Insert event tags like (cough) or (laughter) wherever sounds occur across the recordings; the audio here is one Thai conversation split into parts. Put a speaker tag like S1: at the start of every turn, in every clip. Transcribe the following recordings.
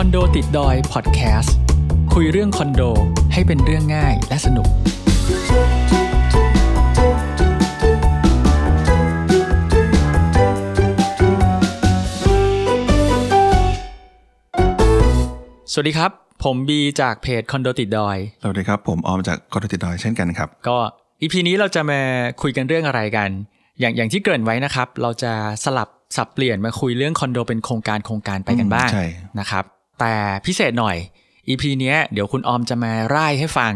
S1: อนโดติดดอยพอดแคสต์คุยเรื่องคอนโดให้เป็นเรื่องง่ายและสนุก สวัสดีครับ ผมบีจากเพจคอนโดติดดอย
S2: สวัสดีครับ ผมออมจากกรติดดอยเช่นกันครับ
S1: ก็อีพีนี้เราจะมาคุยกันเรื่องอะไรกัน อย่างอย่างที่เกริ่นไว้นะครับ เราจะสลับสับเปลี่ยนมาคุยเรื่องคอนโดเป็นโครงการโครงการไปกันบ้าง
S2: ใช่
S1: นะครับ แต่พิเศษหน่อยอีพีเนี้ยเดี๋ยวคุณออมจะมาร่ายให้ฟัง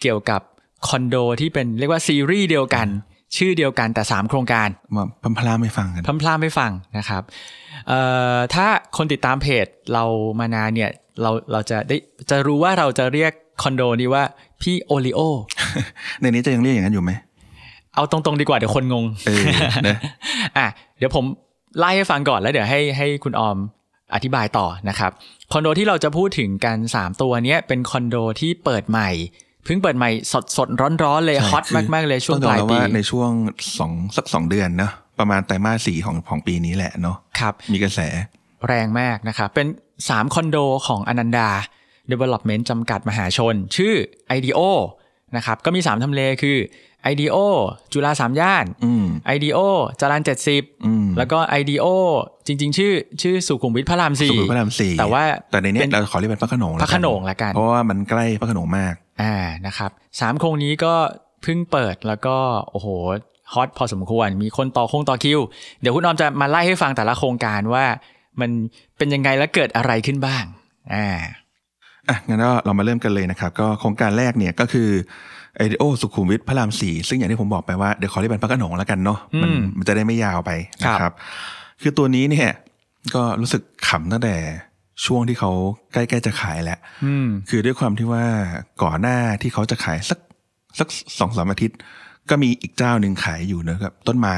S1: เกี่ยวกับคอนโดที่เป็นเรียกว่าซีรีส์เดียวกัน ชื่อเดียวกันแต่ 3 โครงการ
S2: มาพัมพลาไม่ฟังกัน
S1: พ
S2: (laughs)
S1: ล่ำพลาไม่ฟังนะครับเอ่อถ้าคนติดตามเพจเรามานานเนี่ยเราเราจะได้จะรู้ว่าเราจะเรียกคอนโดนี้ว่าพี่โอริโอ
S2: ในนี้จะยังเรียกอย่างนั้นอยู่ไหม
S1: เอาตรงๆดีกว่าเดี๋ยวคนงง
S2: เออ นะ
S1: อ่ะเดี๋ยวผมไล่ให้ฟังก่อนแล้วเดี๋ยวให้ให้คุณออมอธิบายต่อนะครับคอนโดที่เราจะพูดถึงกัน 3 ตัวเนี้ยเป็นคอนโดที่เปิดใหม่ เพิ่งเปิดใหม่สดสดๆร้อนๆ (laughs) เลยฮอต
S2: ใช่
S1: มากๆเลยช่วง
S2: ต้
S1: ป
S2: ออ
S1: ลาย
S2: รับ
S1: ปี
S2: ในช่วงสองสักสองเดือนเนอะประมาณไตรมาสสี่ของของปีนี้แหละเนาะ
S1: ครับ
S2: มีกระแส
S1: แรงมากนะครับเป็น 3 คอนโดของอนันดา Development จำกัดมหาชน ชื่อ IDO นะครับก็มี 3ทำเลคือ IDO จุฬาสามย่าน
S2: อืม
S1: IDO จรัญ70
S2: อืม
S1: แล้วก็ IDO จริง ๆ ชื่อชื่อสุขุมวิทพระรามสี่
S2: สุขุมวิทพระรามสี่
S1: แต่ว่า
S2: แต่ในเนี้ย
S1: เป็น
S2: เราขอเรียกเป็นพระโขนง
S1: พระโขนงละกัน
S2: เพราะว่ามันใกล้พระโขนงมาก
S1: อ่านะครับสามโครงนี้ก็เพิ่งเปิดแล้วก็โอ้โหฮอตพอสมควร มีคนต่อโครงต่อคิว เดี๋ยวคุณออมจะมาไล่ให้ฟังแต่ละโครงการว่า มันเป็นยังไงและเกิดอะไรขึ้นบ้างอ่า
S2: อ่ะงั้นก็เรามาเริ่มกันเลยนะครับ ก็โครงการแรกเนี่ยก็คือไอเดโอสุขุมวิทพระรามสี่ซึ่งอย่างที่ผมบอกไปว่าเดี๋ยวขอเรียกเป็นพระโขนงแล้วกันเนาะมันมันจะได้ไม่ยาวไปนะครับ คือตัวนี้เนี่ยก็รู้สึกขำตั้งแต่ช่วงที่เขาใกล้ๆจะขายแหละ
S1: อืม
S2: คือด้วยความที่ว่าก่อนหน้าที่เขาจะขายสักสักสองสามอาทิตย์ ก็มีอีกเจ้าหนึ่งขายอยู่นะครับต้นไม้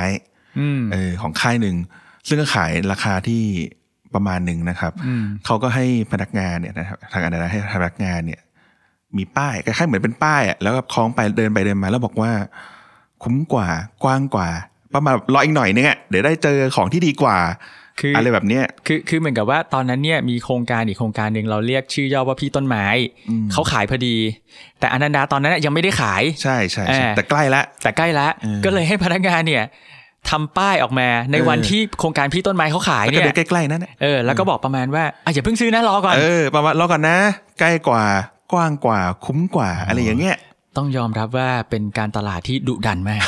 S1: อืม
S2: เออของค่ายหนึ่ง ซึ่งก็ขายราคาที่ประมาณหนึ่งนะครับ
S1: อืม
S2: เขาก็ให้พนักงานเนี่ยนะครับทางอันนั้นให้พนักงานเนี่ย มีป้ายคล้ายๆเหมือนเป็นป้ายอะแล้วก็คล้องไปเดินไปเดินมา แล้วบอกว่า คุ้มกว่ากว้างกว่า ประมาณรออีกหน่อยนึงอะเดี๋ยวได้เจอของที่ดีกว่า
S1: คือ
S2: อะไรแบบเนี้ย
S1: คือคือเหมือนกับว่าตอนนั้นเนี่ยมีโครงการอีกโครงการหนึ่งเราเรียกชื่อย่อว่าพี่ต้นไม้
S2: อืม
S1: เขาขายพอดี แต่อนันดาตอนนั้นน่ะยังไม่ได้ขาย
S2: ใช่ใช่ใช่
S1: เออ
S2: แต่ใกล้ละ
S1: แต่ใกล้ละ
S2: เออ
S1: ก็เลยให้พนักงานเนี่ยทำป้ายออกมาในวัน
S2: เออ
S1: ที่โครงการพี่ต้นไม้เขาขาย
S2: แล้วก็
S1: เนี่ย
S2: เดินใกล้ๆนั่นแหละ
S1: เออแล้วก็บอกประมาณว่าอ่ะอย่าเพิ่งซื้อนะรอก่อน
S2: เออประมาณรอก่อนนะ ใกล้กว่ากว้างกว่า คุ้มกว่า อะไรอย่างเงี้ย (laughs)
S1: ต้องยอมรับว่าเป็นการตลาดที่ดุดันมาก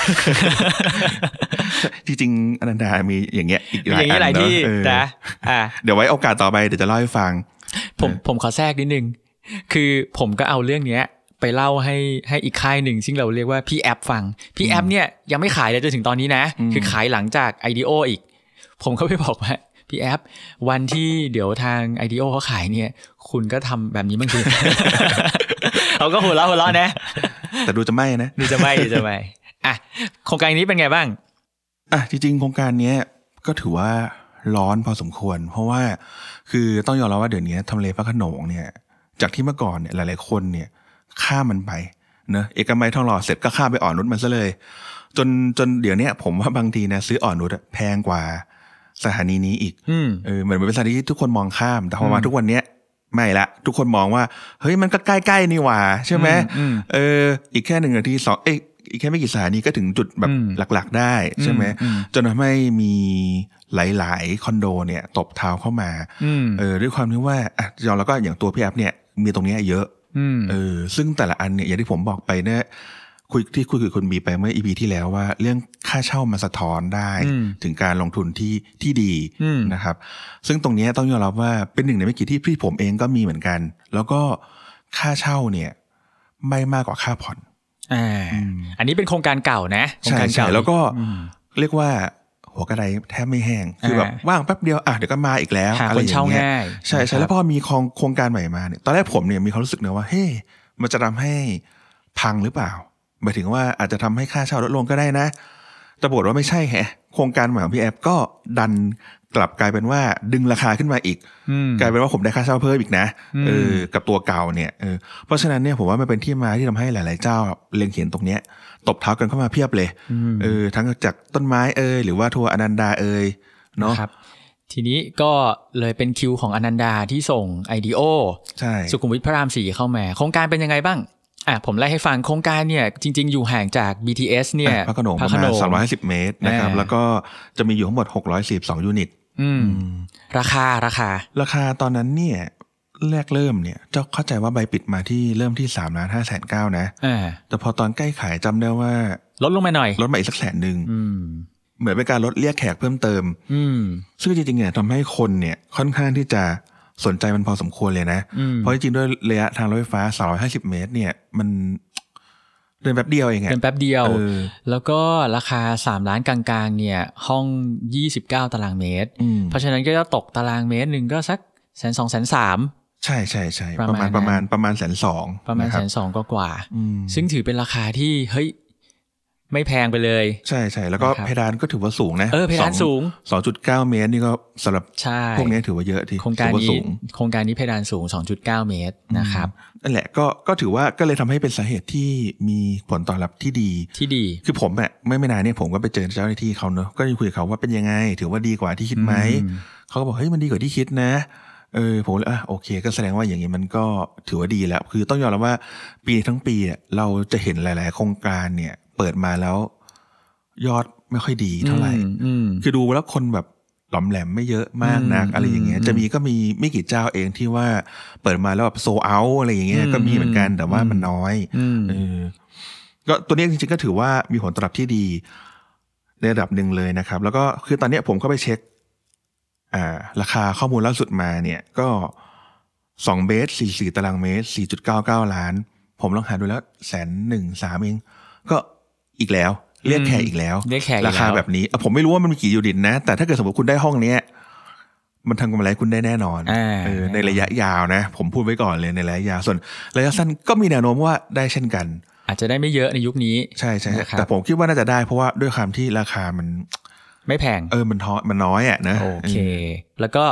S2: จริงๆอนันดามีอย่างเงี้ยอีกหลาย
S1: อย่างนี้หลาย
S2: อันเนอะ
S1: ที่
S2: เออ
S1: นะอ่ะ
S2: เดี๋ยวไว้โอกาสต่อไปเดี๋ยวจะเล่าให้ฟัง
S1: ผมผมขอแทรกนิดนึง คือผมก็เอาเรื่องเนี้ย ไปเล่าให้ให้อีกค่ายหนึ่งซึ่งเราเรียกว่าพี่แอปฟัง พี่แอปเนี่ยยังไม่ขายเลยจนถึงตอนนี้นะ คือขายหลังจาก IDO อีก ผมก็ไปบอกว่าพี่แอป วันที่เดี๋ยวทาง IDO เขาขายเนี่ย คุณก็ทำแบบนี้บ้าง
S2: (laughs)
S1: สิ เขาก็หัวเราะหัวเราะนะ
S2: แต่ดูจะไม่นะ
S1: ดูจะไม่ดูจะไม่อ่ะโครงการนี้เป็นไงบ้าง
S2: อ่ะจริงๆโครงการเนี้ยก็ถือว่าร้อนพอสมควร เพราะว่าคือต้องยอมรับว่าเดี๋ยวนี้ทำเลพระโขนงเนี่ย จากที่เมื่อก่อนเนี่ยหลายๆคนเนี่ยข้ามมันไปเนอะเอกมัยทองหล่อเสร็จก็ข้ามไปอ่อนนุชมันซะเลย จนจนเดี๋ยวเนี้ยผมว่าบางทีนะซื้ออ่อนนุชอะแพงกว่าสถานีนี้อีก
S1: อืม
S2: เออเหมือนเป็นสถานที่ที่ทุกคนมองข้าม แต่พอมา
S1: อืม
S2: ทุกวันเนี้ยไม่ละ ทุกคนมองว่า เฮ้ยมันก็ใกล้ๆนี่หว่า ใช่ไหม
S1: อืมอืม
S2: เออ อีกแค่หนึ่งนาทีสองเอ้ยอีกแค่ไม่กี่สถานีก็ถึงจุดแบบ
S1: อืม
S2: หลักๆ ได้ใช่ไหม
S1: อืมอืม
S2: จนทำให้มีหลายๆ คอนโดเนี่ยตบเท้าเข้ามา
S1: อืม
S2: เออด้วยความที่ว่าอ่ะยอมแล้วก็อย่างตัวพี่แอปเนี่ยมีตรงเนี้ยเยอะ
S1: อืม
S2: เออซึ่งแต่ละอันเนี่ยอย่างที่ผมบอกไปเนี่ยคุยที่คุยกับคุณบีไปเมื่ออีพีที่แล้วว่า เรื่องค่าเช่ามันสะท้อนได้
S1: อืม
S2: ถึงการลงทุนที่ที่ดี
S1: อืม
S2: นะครับซึ่งตรงเนี้ยต้องยอมรับว่าเป็นหนึ่งในไม่กี่ที่พี่ผมเองก็มีเหมือนกัน แล้วก็ค่าเช่าเนี่ยไม่มากกว่าค่าผ่อน
S1: อ่าอันนี้เป็นโครงการเก่านะโครง
S2: ใช่
S1: การ
S2: ใช่
S1: เก่า
S2: แล้วก็
S1: อืม
S2: เรียกว่าหัวกระไดแทบไม่แห้ง คือแบบ
S1: อ่า
S2: ว่างแป๊บเดียวอ่ะเดี๋ยวก็มาอีกแล้ว
S1: หา
S2: อะ
S1: ค
S2: ไรอน ย่า
S1: เช่าง
S2: เงี้ย
S1: ง่าย
S2: ใช่ใช่แล้วพอมีโครงโครงการใหม่มาเนี่ยตอนแรกผมเนี่ยมีความรู้สึกเนะว่าเฮ้ยมันจะทำให้พังหรือเปล่าหมายถึงว่าอาจจะทำให้ค่าเช่าลดลงก็ได้นะ แต่ปรากฏว่าไม่ใช่แฮะ โครงการใหม่ของพี่แอปก็ดันกลับกลายเป็นว่าดึงราคาขึ้นมาอีก
S1: อืม
S2: กลายเป็นว่าผมได้ค่าเช่าเพิ่มอีกนะ
S1: อืม
S2: เออกับตัวเก่าเนี่ยเออเพราะฉะนั้นเนี่ยผมว่ามันเป็นที่มาที่ทำให้หลาย ๆ เจ้าเล็งเห็นตรงเนี้ยตบเท้ากันเข้ามาเพียบเลย
S1: อืม
S2: เออทั้งจากต้นไม้เอยหรือว่าทัวร์อนันดาเอยเนาะ
S1: ครับ ทีนี้ก็เลยเป็นคิวของอนันดาที่ส่งไอเดโอ
S2: ใช่
S1: สุขุมวิทพระรามสี่เข้ามา โครงการเป็นยังไงบ้าง อ่ะ ผมไล่ให้ฟังโครงการเนี่ยจริง ๆ อยู่ห่างจาก BTS เนี่ย
S2: อ่ะพระโขนงประมาณ350 เมตรนะครับ
S1: อ่า
S2: แล้วก็จะมีอยู่ทั้งหมด 642 ยูนิต
S1: อืม ราคาราคา
S2: ราคาตอนนั้นเนี่ยแรกเริ่มเนี่ยเจ้าเข้าใจว่าใบปิดมาที่เริ่มที่3ามล้านห้าแสนเก้านะ
S1: อ่า
S2: แต่พอตอนใกล้ขายจำได้ว่า
S1: ลดลงมาหน่อย
S2: ลดมาอีกสักแสนหนึ่ง
S1: อืม
S2: เหมือนเป็นการลดเรียกแขกเพิ่มเติม
S1: อืม
S2: ซึ่งจริงๆเนี่ยทำให้คนเนี่ยค่อนข้างที่จะสนใจมันพอสมควรเลยนะ
S1: อืม
S2: เพราะจริงๆด้วยระยะทางรถไฟฟ้า 350 เมตร เนี่ย มันเดินแป๊บเดียวเองอะ
S1: เป็นแป๊บเดียว
S2: เออ
S1: แล้วก็ราคา 3 ล้านกลางๆ เนี่ย ห้อง 29 ตารางเมตร
S2: อืม
S1: เพราะฉะนั้นก็จะตกตารางเมตรหนึ่งก็สักแสนสองแสนสาม
S2: ใช่ใช่ใช่
S1: ป
S2: ประ ระ
S1: มา
S2: มา
S1: ณ
S2: ณ
S1: นั้
S2: ป
S1: น
S2: ระมาณประมาณแสนสอง
S1: ประมาณ
S2: นค
S1: แส
S2: บ
S1: นสองก็กว่าๆ
S2: อืม
S1: ซึ่งถือเป็นราคาที่เฮ้ยไม่แพงไปเลย
S2: ใช่ใช่แล้วก็
S1: นะครับ
S2: เพดานก็ถือว่าสูงนะ
S1: เออเพดานสูง
S2: สองจุดเก้าเมตร นี่ก็สำหรับ
S1: ใช่
S2: พวกนี้ถือว่าเยอะที
S1: โครงการ
S2: ถือว่
S1: นี้
S2: สูง
S1: โครงการนี้เพดานสูง 2.9 เมตรนะครับ
S2: นั่นแหละก็ก็ถือว่าก็เลยทำให้เป็นสาเหตุที่มีผลตอบรับที่ดี
S1: ที่ดี
S2: คือผมอะไม่ไม่นานเนี่ยผมก็ไปเจอเจ้าหน้าที่เขาเนอะก็ยังคุยกับเขาว่าเป็นยังไง ถือว่าดีกว่าที่คิดไหม
S1: อืม
S2: เขาก็บอกเฮ้ยมันดีกว่าที่คิดนะเออผมเลยอ่ะโอเค ก็แสดงว่าอย่างนี้มันก็ถือว่าดีแล้ว คือต้องยอมรับว่าปีทั้งปีอะเราจะเห็นหลาย ๆ โครงการเนี่ย เปิดมาแล้ว ยอดไม่ค่อยดีเท่าไหร่
S1: อืมอืม
S2: คือดูแล้วคนแบบหลอมแหลมไม่เยอะมากนัก
S1: อืม
S2: อะไรอย่างเงี้ย
S1: อืม
S2: จะมีก็มีไม่กี่เจ้าเองที่ว่าเปิดมาแล้วแบบโซเอาอะไรอย่างเงี้ย
S1: อืม
S2: ก็มีเหมือนกันแต่ว่า
S1: อืม
S2: มันน้อย
S1: อืม
S2: เออก็ตัวนี้จริงๆก็ถือว่ามีผลตอบรับที่ดีในระดับหนึ่งเลยนะครับ แล้วก็คือตอนเนี้ยผมก็ไปเช็ค อ่า ราคาข้อมูลล่าสุดมาเนี่ย ก็สองเบสสี่สี่ตารางเมตรสี่จุดเก้าเก้าล้าน ผมลองหาดูแล้วแสนหนึ่งสามเองก็อีกแล้ว เรียกแขกอีกแล้ว
S1: เรียกแขกอีกแล้ว
S2: ราคาแบบนี้อ่ะผมไม่รู้ว่ามันมีกี่ยูนิตนะ แต่ถ้าเกิดสมมติคุณได้ห้องเนี้ย มันทำกำไรคุณได้แน่นอน
S1: อ่า
S2: เออในระยะยาวนะ ผมพูดไว้ก่อนเลยในระยะยาวส่วน ระยะสั้นก็มีแนวโน้มว่าได้เช่นกัน
S1: อาจจะได้ไม่เยอะในยุคนี้
S2: ใช่ใช่ใช่
S1: นะครับ
S2: แต่ผมคิดว่าน่าจะได้เพราะว่าด้วยความที่ราคามัน
S1: ไม่แพง
S2: เออมันท้อมันน้อยอ่ะนะ
S1: โอเค แล้วก็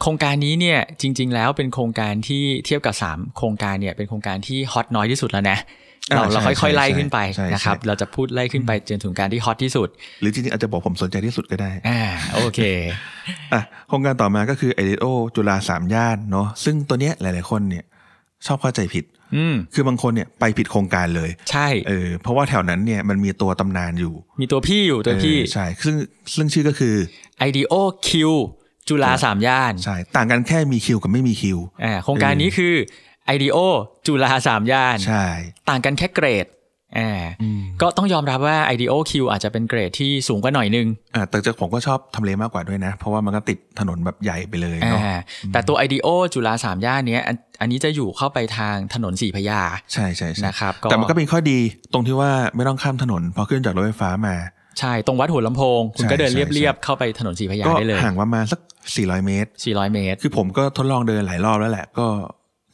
S1: โครงการนี้เนี่ยจริง ๆ แล้วเป็นโครงการที่เทียบกับ 3 โครงการเนี่ยเป็นโครงการที่ฮอตน้อยที่สุดแล้วนะ
S2: า
S1: เรา
S2: ใช่
S1: เราค่อยๆ ไล่
S2: ใช่
S1: ขึ้นไป
S2: ใช่ใช่
S1: นะครับ เราจะพูดไล่ขึ้นไปจนถึงการที่ฮอตที่สุด
S2: หรือจริงๆอาจจะบอกผมสนใจที่สุดก็ได้
S1: อ่า โอเค
S2: อ่ะโครงการต่อมาก็คือไอเดโอจุฬาสามย่านเนาะซึ่งตัวเนี้ยหลาย ๆ คนเนี่ยชอบเข้าใจผิด
S1: อืม
S2: คือบางคนเนี่ยไปผิดโครงการเลย
S1: ใช่
S2: เออเพราะว่าแถวนั้นเนี่ยมันมีตัวตำนานอยู่
S1: มีตัวพี่อยู่ตัวพี่
S2: เออใช่ซึ่งซึ่งชื่อก็คือ
S1: IDO Q จุฬาสามย่าน
S2: ใช่ต่างกันแค่มีคิวกับไม่มีคิว
S1: อ่าโครงการนี้คือ IDO จุฬาสามย่าน
S2: ใช่
S1: ต่างกันแค่เกรดอ่าก็ต้องยอมรับว่า IDO Q อาจจะเป็นเกรดที่สูงกว่าหน่อยนึง
S2: อ่าแต่จะผมก็ชอบทำเลมากกว่าด้วยนะ เพราะว่ามันก็ติดถนนแบบใหญ่ไปเลย
S1: อ่า
S2: เนาะ
S1: แต่ตัว IDO จุฬาสามย่านเนี้ยอันอันนี้จะอยู่เข้าไปทางถนนสีพระยา
S2: ใช่ใช่ใช่
S1: นะครับ
S2: แต่มันก็เป็นข้อดีตรงที่ว่าไม่ต้องข้ามถนน พอขึ้นจากรถไฟฟ้ามา
S1: ใช่ตรงวัดหัวลำโพง คุณ
S2: ใช่
S1: ก็เดิน
S2: ใช่
S1: เรียบ
S2: ใช่
S1: ๆ เข้าไปถนนสีพระยา
S2: ก็
S1: ได้เลย
S2: ห่างประมาณสัก 400 เมตร
S1: 400 เมตร
S2: คือผมก็ทดลองเดินหลายรอบแล้วแหละ ก็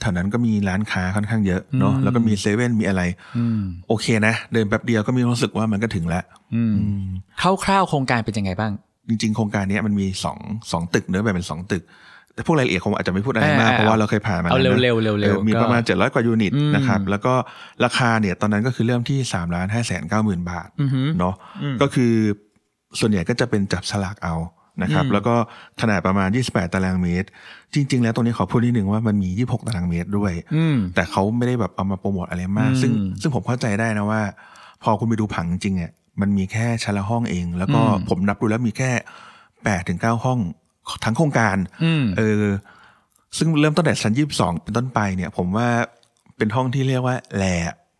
S2: แถวนั้นก็มีร้านค้าค่อนข้างเยอะเนาะ
S1: อืม
S2: แล้วก็มีเซเว่นมีอะไร
S1: อืม
S2: โอเคนะ เดินแป๊บเดียวก็มีความรู้สึกว่ามันก็ถึงแล้ว
S1: อืม
S2: อืม
S1: คร่าวๆโครงการเป็นยังไงบ้าง
S2: จริง ๆ โครงการเนี้ยมันมีสองสองตึกเนื้อะแบ่งเป็นสองตึก แต่พวกรายละเอียดคงอาจจะไม่พูดอะไรมาก
S1: อ่า
S2: เพราะว่าเราเคยผ่านมา
S1: เอา
S2: แล้วนะ
S1: เร็วๆเร็ว
S2: เออ
S1: ๆ
S2: มี
S1: ก็
S2: ประมาณ 700 กว่ายูนิต
S1: อืม
S2: นะครับแล้วก็ราคาเนี่ยตอนนั้นก็คือเริ่มที่3ล้าน5แสน9หมื่นบาท
S1: อือหือ
S2: เนาะ
S1: อืม
S2: ก็คือส่วนใหญ่ก็จะเป็นจับฉลากเอานะครับ
S1: อืม
S2: แล้วก็ขนาดประมาณ 28 ตารางเมตร จริง ๆ แล้วตรงนี้ขอพูดนิดนึงว่ามันมี 26 ตารางเมตรด้วย
S1: อืม
S2: แต่เขาไม่ได้แบบเอามาโปรโมทอะไรมาก ซึ่ง
S1: อืม
S2: ซึ่งผมเข้าใจได้นะว่า พอคุณไปดูผังจริงอ่ะมันมีแค่ชั้นละห้องเอง แล้วก็
S1: อืม
S2: ผมนับดูแล้วมีแค่8ถึง9ห้องทั้งโครงการ
S1: อืม
S2: เออ ซึ่งเริ่มต้นแต่ชั้นยี่สิบสองเป็นต้นไปเนี่ย ผมว่าเป็นห้องที่เรียกว่าแหล่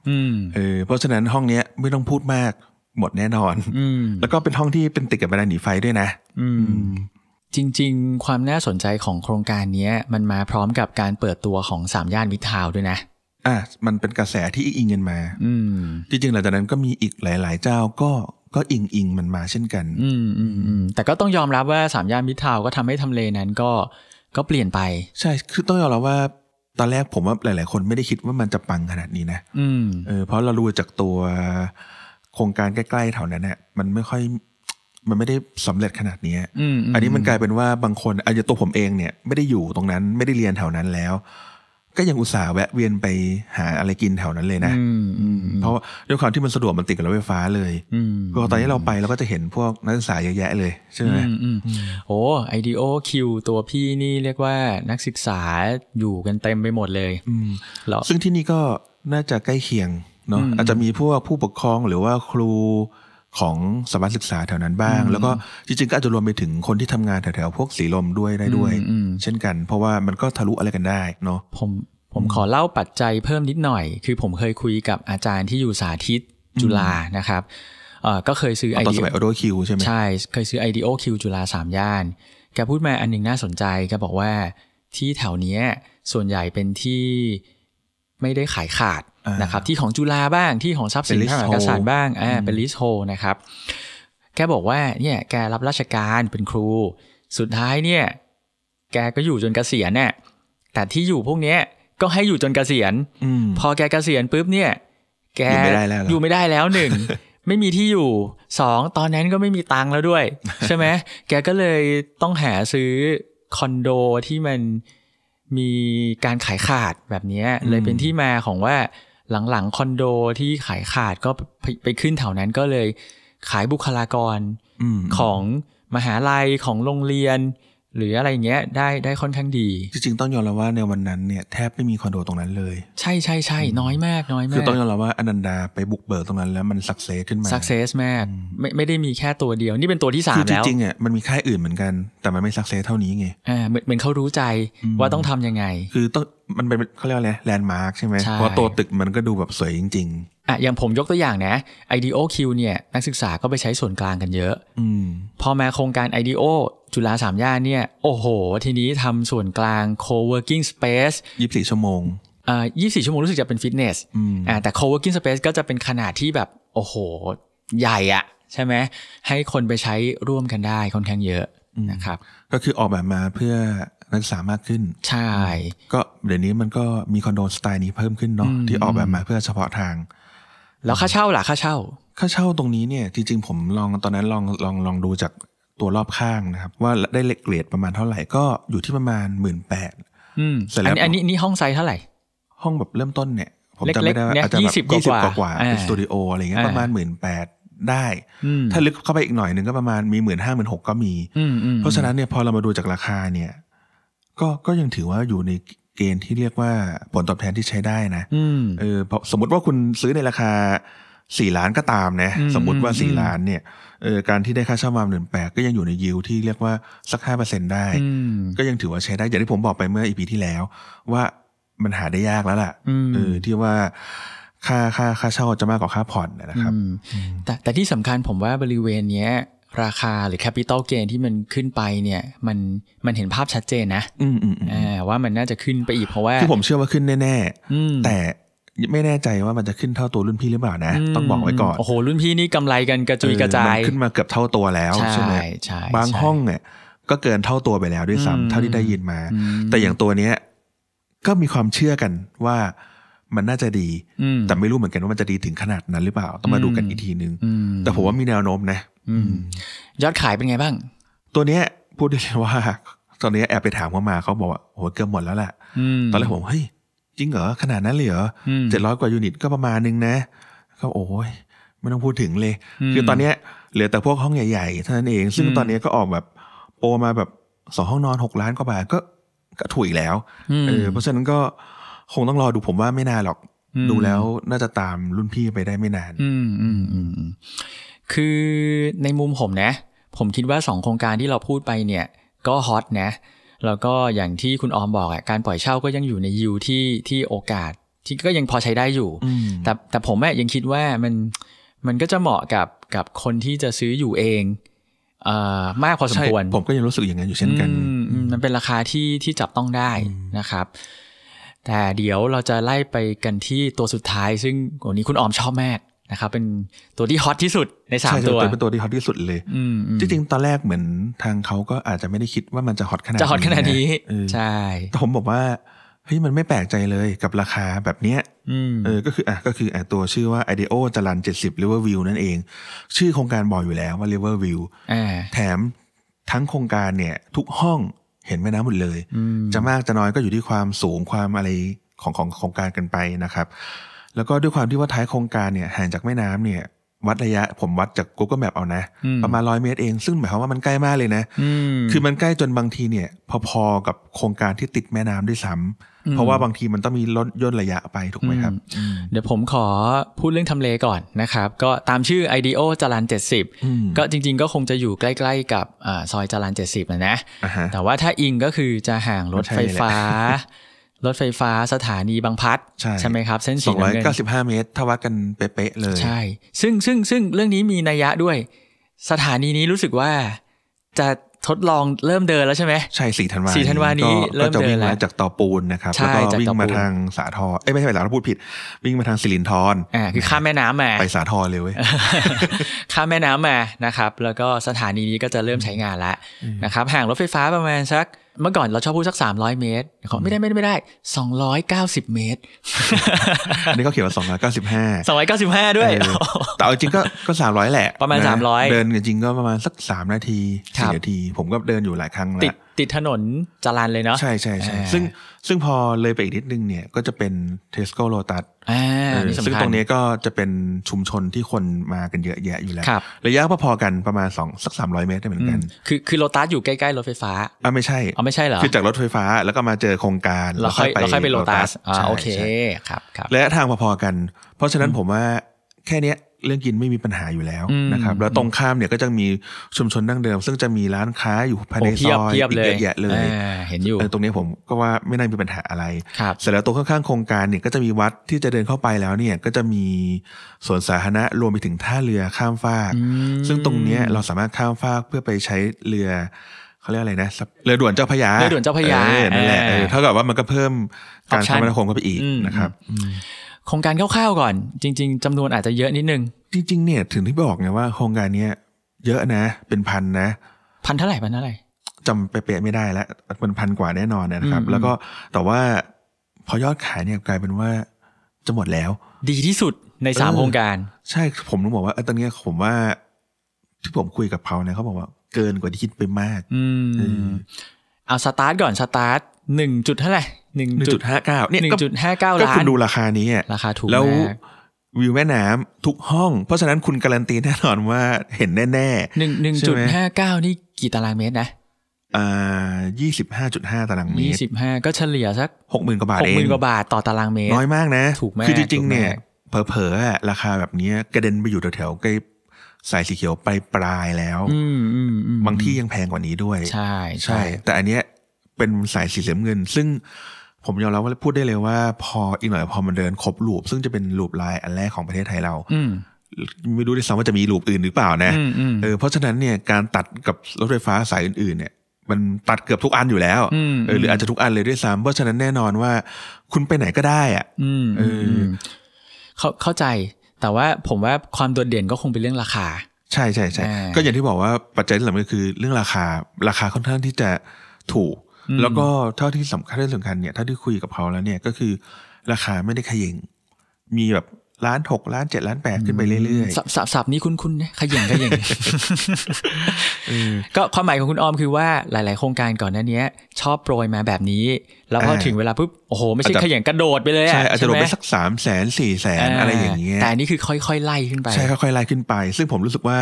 S1: อืม
S2: เออ เพราะฉะนั้นห้องเนี้ยไม่ต้องพูดมากหมดแน่นอน
S1: อืม
S2: แล้วก็เป็นห้องที่เป็นติดกับบันไดหนีไฟด้วยนะ
S1: อืม จริง ๆ ความน่าสนใจของโครงการเนี้ย มันมาพร้อมกับการเปิดตัวของสามย่านมิตรทาวน์ด้วยนะ
S2: อ่ะมันเป็นกระแสที่อิงๆกันมา
S1: อืม
S2: จริงๆหลังจากนั้นก็มีอีกหลาย ๆ เจ้าก็ก็อิงอิงๆมันมาเช่นกัน
S1: อืมอืมอืมแต่ก็ต้องยอมรับว่าสามย่านมิตรทาวน์ก็ทำให้ทำเลนั้นก็ก็เปลี่ยนไป
S2: ใช่ คือต้องยอมรับว่า ตอนแรกผมว่าหลาย ๆ คนไม่ได้คิดว่ามันจะปังขนาดนี้นะ
S1: อืม
S2: เออเพราะเราดูจากตัวโครงการใกล้ๆแถวนั้นเนี่ยมันไม่ค่อยมันไม่ได้สำเร็จขนาดเนี้ย
S1: อืมม
S2: อันนี้มันกลายเป็นว่าบางคนอาจจะตัวผมเองเนี่ยไม่ได้อยู่ตรงนั้นไม่ได้เรียนแถวนั้นแล้ว ก็ยังอุตส่าห์แวะเวียนไปหาอะไรกินแถวนั้นเลยนะ
S1: อืมอืม
S2: เพราะว่าด้วยความที่มันสะดวกมันติดกับรถไฟฟ้าเลย
S1: อืม
S2: ก็ตอนที่เราไปเราก็จะเห็นพวกนักศึกษาเยอะแยะเลยใช่ไหม
S1: อืมอืมโอ้ไอดีโอคิวตัวพี่นี่เรียกว่านักศึกษาอยู่กันเต็มไปหมดเลยเหรอ
S2: ซึ่งที่นี่ก็น่าจะใกล้เคียงเนาะ
S1: อืม
S2: อาจจะมีพวกผู้ปกครองหรือว่าครูของสถาบันศึกษาแถวนั้นบ้าง แล้วก็จริงๆก็อาจจะรวมไปถึงคนที่ทำงานแถวๆพวกสีลมด้วยได้ด้วย
S1: อืมอืม
S2: เช่นกัน เพราะว่ามันก็ทะลุอะไรกันได้เนาะ
S1: ผมผมขอเล่าปัจจัยเพิ่มนิดหน่อย คือผมเคยคุยกับอาจารย์ที่อยู่สาธิตจุฬานะครับเอ่อก็เคยซื้อไอ
S2: ตอน
S1: เดี
S2: ส
S1: ย
S2: มัยออโดคิวใช่ไหม
S1: ใช่ เคยซื้อ IDO Q จุฬาสามย่าน แกพูดมาอันหนึงน่าสนใจ แกบอกว่าที่แถวเนี้ยส่วนใหญ่เป็นที่ไม่ได้ขายขาดนะครับ ที่ของจุฬาบ้างที่ของทรัพย์สินพระมหากษัตริย์บ้างอ่าเป็นลิสโฮนะครับ แกบอกว่าเนี่ยแกรับราชการเป็นครู สุดท้ายเนี่ย แกก็อยู่จนเกษียณเนี่ยแต่ที่อยู่พวกเนี้ยก็ให้อยู่จนเกษียณ
S2: อืม
S1: พอแกเกษียณปุ๊บเนี่ย แก
S2: อยู่ไม่ได้แล้วเหรอ
S1: อ
S2: อ
S1: ยู่ไม่ได้แล้วห
S2: (laughs)
S1: นึ่ง ไม่มีที่อยู่สองตอนนั้นก็ไม่มีตังค์แล้ว
S2: (laughs)
S1: ด้วย ใช่ไหมแกก็เลยต้องหาซื้อคอนโดที่มันมีการขายขาดแบบเนี้ยเลยเป็นที่มาของว่าหลังๆคอนโดที่ขายขาดก็ไปไปขึ้นแถวนั้นก็เลยขายบุคลากร
S2: อืม
S1: ของมหาลัยของโรงเรียน หรืออะไรอย่างเงี้ยได้ได้ค่อนข้างดี
S2: จริงๆต้องยอมรับว่าในวันนั้นเนี่ยแทบไม่มีคอนโดตรงนั้นเลย
S1: ใช่ใช่ใช่น้อยมากน้อยมาก
S2: คือต้องยอมรับว่าอนันดาไปบุกเบิกตรงนั้นแล้วมันสักเซสขึ้นมา
S1: success มากไม่ไม่ได้มีแค่ตัวเดียว นี่เป็นตัวที่สา
S2: คื
S1: ม
S2: จ
S1: แล้ว
S2: ริงๆอ่ะมันมีค่ายอื่นเหมือนกัน แต่มันไม่สักเซสเท่านี้ไง
S1: อ่าเหมือนเหมือนเขารู้ใจว่าต้องทำยังไง
S2: คือต้องมันเป็นเขาเรียกว่าอะไรแลนด์มาร์คใช่ไหม
S1: ใช่
S2: เพราะตัวตึกมันก็ดูแบบสวยจริง
S1: อ่ะอย่างผมยกตัวอย่างนะ IDO Q เนี่ยนักศึกษาก็ไปใช้ส่วนกลางกันเยอะ
S2: ๆ อืม
S1: พอมาโครงการ IDO จุฬาสามย่านเนี่ย โอ้โห ทีนี้ทำส่วนกลาง co-working space
S2: ยี่สิบสี่ชั่วโมง
S1: อ่า24 ชั่วโมงรู้สึกจะเป็นฟิตเนส
S2: อืม
S1: อ่าแต่ co-working space ก็จะเป็นขนาดที่แบบ โอ้โห ใหญ่อะใช่ไหมให้คนไปใช้ร่วมกันได้ค่อนข้างเยอะนะครับ
S2: ก็คือออกแบบมาเพื่อนักศึกษามากขึ้น
S1: ใช่
S2: ก็เดี๋ยวนี้มันก็มีคอนโดสไตล์นี้เพิ่มขึ้นเนาะที่ออกแบบมาเพื่อเฉพาะทาง
S1: แล้วค่าเช่าล่ะค่าเช่า
S2: ค่าเช่าตรงนี้เนี่ยจริงๆผมลองตอนนั้นลองลองลองดูจากตัวรอบข้างนะครับ ว่าได้เลทเกรดประมาณเท่าไหร่ก็อยู่ที่ประมาณหมื่นแปด
S1: อืม
S2: เสร็จแล้ว
S1: อันนี้อันนี้นี่ห้องไซส์เท่าไหร่
S2: ห้องแบบเริ่มต้นเนี่ยผมจำ
S1: เล็กๆ
S2: ไม่ได้ว่า
S1: เนี่ย
S2: อาจจะแบ
S1: 20
S2: บยี่สิบ
S1: ก
S2: ก
S1: ว่า
S2: ว่า
S1: ๆ
S2: กว่าเป็น
S1: อ่า
S2: สตูดิโออะไรเงี้ย
S1: อ่า
S2: ประมาณหมื่นแปดได้
S1: อืม
S2: ถ้าลึกเข้าไปอีกหน่อยหนึ่งก็ประมาณมีหมื่นห้าหมื่นหกก็มี
S1: อืมอืม
S2: เพราะฉะนั้นเนี่ยพอเรามาดูจากราคาเนี่ยก็ก็ยังถือว่าอยู่ในเกณฑ์ที่เรียกว่าผลตอบแทนที่ใช้ได้นะ
S1: อืม
S2: เออเพราะสมมติว่าคุณซื้อในราคาสี่ล้านก็ตามนะ
S1: อืม
S2: สมมติว่า
S1: อืม
S2: สี่ล้านเนี่ยเออการที่ได้ค่าเช่ามาหนึ่งแปดก็ยังอยู่ในยิวที่เรียกว่าสักห้าเปอร์เซ็นได้
S1: อืม
S2: ก็ยังถือว่าใช้ได้ อย่างที่ผมบอกไปเมื่ออีพีที่แล้ว ว่ามันหาได้ยากแล้วล่ะ
S1: อืม
S2: เออที่ว่าค่าค่าค่าเช่าจะมากกว่าค่าผ่อนนะนะครับ
S1: อืมแต่แต่ที่สำคัญผมว่าบริเวณเนี้ย ราคาหรือ capital gain ที่มันขึ้นไปเนี่ย มันมันเห็นภาพชัดเจนนะ
S2: อืมอืมอืม
S1: อ่าว่ามันน่าจะขึ้นไปอีกเพราะว่า
S2: คือผมเชื่อว่าขึ้นแน่
S1: อืม
S2: ๆ แต่ไม่แน่ใจว่ามันจะขึ้นเท่าตัวรุ่นพี่หรือเปล่านะ ต้องบอกไว้ก่อน
S1: โอ้โห รุ่นพี่นี่กำไรกันกระจุยกระจาย
S2: เออมันขึ้นมาเกือบเท่าตัวแล้ว
S1: ใช่
S2: ใช่ไหม
S1: ใช่
S2: บาง
S1: ใช่
S2: ห้องเนี่ยก็เกินเท่าตัวไปแล้วด้วย
S1: อืม
S2: ซ้ำเท่าที่ได้ยินมา
S1: อืม
S2: แต่อย่างตัวเนี้ยก็มีความเชื่อกันว่ามันน่าจะดี
S1: อืม
S2: แต่ไม่รู้เหมือนกันว่ามันจะดีถึงขนาดนั้นหรือเปล่า ต้องมาดูกัน
S1: อืม
S2: อีกทีนึง
S1: อืม
S2: แต่ผมว่ามีแนวโน้มนะ
S1: อืมยอดขายเป็นไงบ้าง
S2: ตัวเนี้ยพูดได้เลยว่า ตอนเนี้ยแอบไปถามเขามาเขาบอกว่าโอ้โหเกือบหมดแล้วแหละ
S1: อืม
S2: ตอนแรกผมเฮ้ยจริงเหรอขนาดนั้นเลยเหรอ
S1: อืม
S2: เจ็ดร้อยกว่ายูนิตก็ประมาณนึงนะเขาโอ้ยไม่ต้องพูดถึงเลย
S1: อืม
S2: คือตอนเนี้ยเหลือแต่พวกห้องใหญ่ๆเท่านั้นเอง ซึ่ง
S1: อืม
S2: ตอนเนี้ยก็ออกแบบโปรมาแบบสองห้องนอนหกล้านกว่าบาทก็ก็ถุยแล้ว
S1: อืม
S2: เออเพราะฉะนั้นก็คงต้องรอดูผมว่าไม่นานหรอก
S1: อืม
S2: ดูแล้วน่าจะตามรุ่นพี่ไปได้ไม่นาน
S1: อืมอืมอืมอืมคือในมุมผมนะ ผมคิดว่าสองโครงการที่เราพูดไปเนี่ย ก็ฮอตนะ แล้วก็อย่างที่คุณออมบอกอ่ะการปล่อยเช่าก็ยังอยู่ในยูที่ที่โอกาสที่ก็ยังพอใช้ได้อยู่
S2: อืม
S1: แต่แต่ผมแม่ยังคิดว่ามันมันก็จะเหมาะกับกับคนที่จะซื้ออยู่เองเอ่อมากพอสม
S2: ใช่
S1: ควร
S2: ผมก็ยังรู้สึกอย่างนั้นอยู่เช่นกัน
S1: อืมอืมมันเป็นราคาที่ที่จับต้องได้นะครับ แต่เดี๋ยวเราจะไล่ไปกันที่ตัวสุดท้าย ซึ่งโอ้นี้คุณออมชอบมากนะครับ เป็นตัวที่ฮอตที่สุดในสาม
S2: ใช่
S1: ตัว
S2: เป็นตัวที่ฮอตที่สุดเลย
S1: อืมอืม
S2: จริงๆ ตอนแรกเหมือนทางเขาก็อาจจะไม่ได้คิดว่ามันจะฮอตขนาด
S1: จะฮอตขนาดนี้
S2: เออ
S1: ใช่
S2: แต่ผมบอกว่าเฮ้ยมันไม่แปลกใจเลยกับราคาแบบเนี้ย
S1: อืม
S2: เออก็คืออ่ะก็คืออ่ะตัวชื่อว่า IDEO จรัน70 Riverview นั่นเอง ชื่อโครงการบอกอยู่แล้วว่า Riverview
S1: อ่า
S2: แถมทั้งโครงการเนี่ย ทุกห้องเห็นแม่น้ำหมดเลย
S1: อืม
S2: จะมากจะน้อยก็อยู่ที่ความสูงความอะไร ของของโครงการกันไปนะครับ แล้วก็ด้วยความที่ว่าท้ายโครงการเนี่ยห่างจากแม่น้ำเนี่ยวัดระยะผมวัดจาก Google Map เอานะ
S1: อืม
S2: ประมาณร้อยเมตรเอง ซึ่งหมายความว่ามันใกล้มากเลยนะ
S1: อืม
S2: คือมันใกล้จนบางทีเนี่ยพอๆกับโครงการที่ติดแม่น้ำด้วยซ้ำ
S1: อืม
S2: เพราะว่าบางทีมันต้องมีลดย่นระยะไปถูกไหมครับ
S1: อืมเดี๋ยวผมขอพูดเรื่องทำเลก่อนนะครับ ก็ตามชื่อ IDEO จรัน
S2: อืม
S1: 70 ก็จริง ๆ ก็คงจะอยู่ใกล้ ๆ กับอาซอยจรัน70นะนะ
S2: อ่าฮะ
S1: แต่ว่าถ้าอิงก็คือจะห่างรถไฟฟ้า รถไฟฟ้าสถานีบางพลัด
S2: ใช่
S1: ไหมครับ เส้น
S2: ส
S1: สี
S2: องร้อ
S1: น้ำ
S2: ย
S1: เงิน
S2: เก้าสิบห้าเมตรถ้าวัดกันเป๊ะๆเลย
S1: ใช่ ซึ่งซึ่งซึ่งเรื่องนี้มีนัยยะด้วย สถานีนี้รู้สึกว่าจะทดลองเริ่มเดินแล้วใช่ไหม
S2: ใช่สี่ธันวา
S1: สี่ธันวานี้
S2: ก็
S1: เริ่ม
S2: ก็จะวิ่ง
S1: เดินแล้
S2: มาว จากตอปูนนะครับ
S1: ใช่
S2: แล้ว
S1: จา
S2: ก็
S1: ก
S2: วิ่
S1: ต
S2: ง
S1: อปูน
S2: มาทางสาทรเอ้ยไม่ใช่สาทรพูดผิด วิ่งมาทางสิรินธร
S1: อ่าคือข้ามแม่น้ำมา
S2: ไปสาทรเลยเว้ย
S1: ข้ามแม่น้ำมานะครับ แล้วก็สถานีนี้ก็จะเริ่มใช้งานแล้วนะครับ ห่างรถไฟฟ้าประมาณสัก เมื่อก่อนเราชอบพูดสัก 300 เมตรขอไม่ได้ไม่ได้ไม่ได้ 290 เมตร
S2: อันนี้ก็เขียนว่าสองร้อยเก้าสิบห้า
S1: 295 ด้วย
S2: แต่เอาจริงก็ก็สามร้อยแหละ
S1: ประมาณ
S2: น
S1: 300
S2: เดินจริงๆก็ประมาณสักสามนาที
S1: ครั
S2: สี่
S1: บ
S2: นาที ผมก็เดินอยู่หลายครั้งแล้ว
S1: ติดติดถนนจรันเลยเนาะ
S2: ใช่ใช่ใช่
S1: อ่า
S2: ซึ่งซึ่งพอเลยไปอีกนิดนึงเนี่ยก็จะเป็นเทสโก้โลตัส
S1: อ่านี่สำคัญ
S2: ซึ่งตรงนี้ก็จะเป็นชุมชนที่คนมากันเยอะแยะอยู่แล้ว
S1: ครับ
S2: ระยะพอๆกันประมาณสองสักสามร้อยเมตรได้เหมือน
S1: อื
S2: กัน
S1: มคือคือโลตัสอยู่ใกล้ๆรถไฟฟ้า
S2: อ่าไม่ใช่
S1: เอาไม่ใช่เหรอ
S2: คือจากรถไฟฟ้าแล้วก็มาเจอโครงการ
S1: เราค่อยเราค่อยไปโลตัสอ่า
S2: ใช่
S1: โอเค
S2: ใช่
S1: ครับครับ
S2: และทางพอๆกัน เพราะฉะนั้นผมว่าแค่เนี้ยเรื่องกินไม่มีปัญหาอยู่แล้ว
S1: อืม
S2: นะครับแล้วตรงข้ามเนี่ยก็จะมีชุมชนดั้งเดิม ซึ่งจะมีร้านค้าอยู่ภายใน
S1: โอ้เพี
S2: ซ
S1: ยบ
S2: อย
S1: เพียบ
S2: อีก
S1: เลย
S2: เยอะแยะเลย
S1: อ่าเห็นอยู่
S2: เออตรงนี้ผมก็ว่าไม่น่ามีปัญหาอะไร
S1: ครับ
S2: เสร็จแล้วตรงข้างๆโครงการเนี่ยก็จะมีวัดที่จะเดินเข้าไปแล้วเนี่ยก็จะมีสวนสาธารณะรวมไปถึงท่าเรือข้ามฟาก
S1: อืม
S2: ซึ่งตรงเนี้ยเราสามารถข้ามฟากเพื่อไปใช้เรือเขาเรียกอะไรนะสะเรือด่วนเจ้าพระยา
S1: เรือด่วนเจ้าพระยา
S2: ออนั่นแหละ
S1: อ่า
S2: เออเท่ากับว่ามันก็เพิ่มการ
S1: Option
S2: คมนาคมเข้าไปอีก
S1: อืม
S2: นะครับ
S1: โครงการคร่าวๆก่อน จริง ๆจำนวนอาจจะเยอะนิดนึง
S2: จริงๆเนี่ยถึงที่บอกไงว่าโครงการเนี้ยเยอะนะเป็นพันนะ
S1: พันเท่าไหร่พันเท่าไหร่
S2: จำเป๊ะๆไม่ได้แล้วมันพันกว่าแน่นอนนะครับ
S1: อืม
S2: แล้วก็แต่ว่าพอยอดขายเนี่ยกลายเป็นว่าจะหมดแล้ว
S1: ดีที่สุดในสาม
S2: เออ
S1: โครงการ
S2: ใช่ผมต้องบอกว่าเออตอนเนี้ยผมว่า ที่ผมคุยกับเขาเนี่ยเขาบอกว่าเกินกว่าที่คิดไปมาก
S1: อื
S2: อื
S1: ม
S2: ม
S1: เอาสตาร์ทก่อนสตาร์ทหนึ่งจุดเท่าไหร่หนึ่ง
S2: หนึ่ง
S1: จุ
S2: จุ
S1: ด
S2: ดห้าเก้าเนี่ย
S1: หนึ่ง
S2: ก็
S1: จุดห้าเก้า
S2: ก็
S1: ล้า
S2: คุณ
S1: น
S2: ดูราคานี้อะ
S1: ราคาถูก
S2: แล้ว
S1: มาก
S2: วิวแม่น้ำทุกห้อง เพราะฉะนั้นคุณการันตีแน่นอนว่าเห็นแน่
S1: หนึ่งหนึ่ง
S2: ใช่
S1: จุด
S2: ไหม
S1: ห้าเก้านี่กี่ตารางเมตรนะ
S2: ๆอ่ายี่สิบห้าจุดห้าตารางเม
S1: ยี่
S2: ตร
S1: สิบห้าก็เฉลี่ยสัก
S2: หกหมื่นกว่าบาท
S1: หก
S2: เอ
S1: หมื่
S2: ง
S1: นกว่าบาทต่อตารางเมตร
S2: น้อยมากนะ
S1: ถูกมาก
S2: คือจริง
S1: ถูก
S2: ๆ
S1: มาก
S2: เนี่ย เผลอๆอะราคาแบบเนี้ยกระเด็นไปอยู่แถวๆใกล้สายสีเขียวไปปลายๆแล้ว
S1: อืมอืมอืม
S2: บางที่ยังแพงกว่านี้ด้วย
S1: ใช่
S2: ใช่ แต่อันเนี้ยเป็นสายสีเหลืองเงิน ซึ่งผมยอมรับว่าพูดได้เลยว่า พออีกหน่อยพอมันเดินครบลูป ซึ่งจะเป็นลูปลายอันแรกของประเทศไทยเรา
S1: อืม
S2: ไม่รู้ด้วยซ้ำว่าจะมีลูปอื่นหรือเปล่านะ
S1: อืมอืม
S2: เออเพราะฉะนั้นเนี่ยการตัดกับรถไฟฟ้าสายอื่นๆเนี่ย มันตัดเกือบทุกอันอยู่แล้ว
S1: อืม
S2: เออหรืออาจจะทุกอันเลยด้วยซ้ำเพราะฉะนั้นแน่นอนว่า คุณไปไหนก็ได้อะ
S1: อืม
S2: เอออื
S1: มเข้าเข้าใจ แต่ว่าผมว่าความโดดเด่นก็คงเป็นเรื่องราคา
S2: ใช่ใช่ใช่
S1: อ่า
S2: ก็อย่างที่บอกว่าปัจจัยที่สำคัญคือเรื่องราคาราคาค่อนข้างที่จะถูก
S1: อืม
S2: แล้วก็เท่าที่สำคัญที่สำคัญเนี่ยเท่าที่คุยกับเขาแล้วเนี่ยก็คือราคาไม่ได้ขยิงมีแบบล้านหกล้านเจ็ดล้านแปดขึ้นไปเรื่อย
S1: สับสับสับนี้คุ้นๆนะขย่งขย่ง
S2: ๆเออ
S1: ก็ความหมายของคุณออมคือว่าหลาย ๆ โครงการก่อนหน้าเนี้ย ชอบโปรยมาแบบนี้ แล้วพอ
S2: อ่า
S1: ถึงเวลาปุ๊บโอ้โห ไม่ใช่
S2: อาจจะ
S1: ขยันกระโดดไปเลยอะ
S2: ใช่อาจจะลง
S1: ใช่
S2: ไป
S1: หม
S2: สักสามแสนสี่แสนอะไรอย่างเงี้ย
S1: แต่อันนี้คือค่อย ๆ ไล่ขึ้นไป
S2: ใช่ค่อยๆไล่ขึ้นไป ซึ่งผมรู้สึกว่า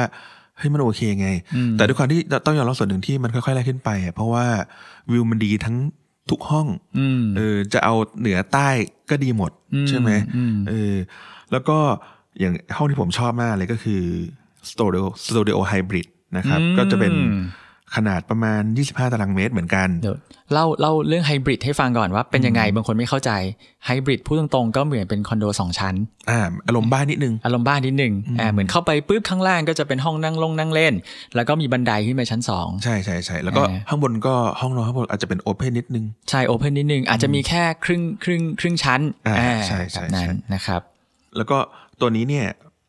S2: เฮ้ยมันโอเคไง
S1: อืม
S2: แต่ด้วยความที่ต้องยอมรับส่วนหนึ่งที่มันค่อยๆไล่ขึ้นไปอะเพราะว่าวิวมันดีทั้งทุกห้อง
S1: อืม
S2: เออจะเอาเหนือใต้ก็ดีหมดใช่ไหม
S1: อืม
S2: เออแล้วก็อย่างห้องที่ผมชอบมากเลยก็คือ Studio Studio Hybrid นะครับ
S1: อืม
S2: ก็จะเป็นขนาดประมาณ 25 ตารางเมตรเหมือนกัน
S1: เดี๋ยวเล่าเล่าเรื่องไฮบริดให้ฟังก่อนว่าเป็นยังไงบางคนไม่เข้าใจไฮบริดพูดตรง ๆ ก็เหมือนเป็นคอนโดสองชั้น
S2: อ่าอารมณ์บ้านนิดนึง
S1: อารมณ์บ้านนิดหนึ่งอ่าเหมือนเข้าไปปุ๊บข้างล่างก็จะเป็นห้องนั่งลงนั่งเล่น แล้วก็มีบันไดขึ้นไปชั้นสอง
S2: ใช่ใช่ใช่แล้วก็
S1: อ่า
S2: ข้างบนก็ห้องนอนข้างบนอาจจะเป็นโอเพนนิดนึง
S1: ใช่โอเพนนิดนึงอาจจะมีแค่ครึ่งครึ่งครึ่งชั้น
S2: อ่า
S1: อ่า
S2: ใช่ใช่
S1: แบบนั้
S2: ใช่
S1: นนะครับ
S2: แล้วก็ตัวนี้เนี่ย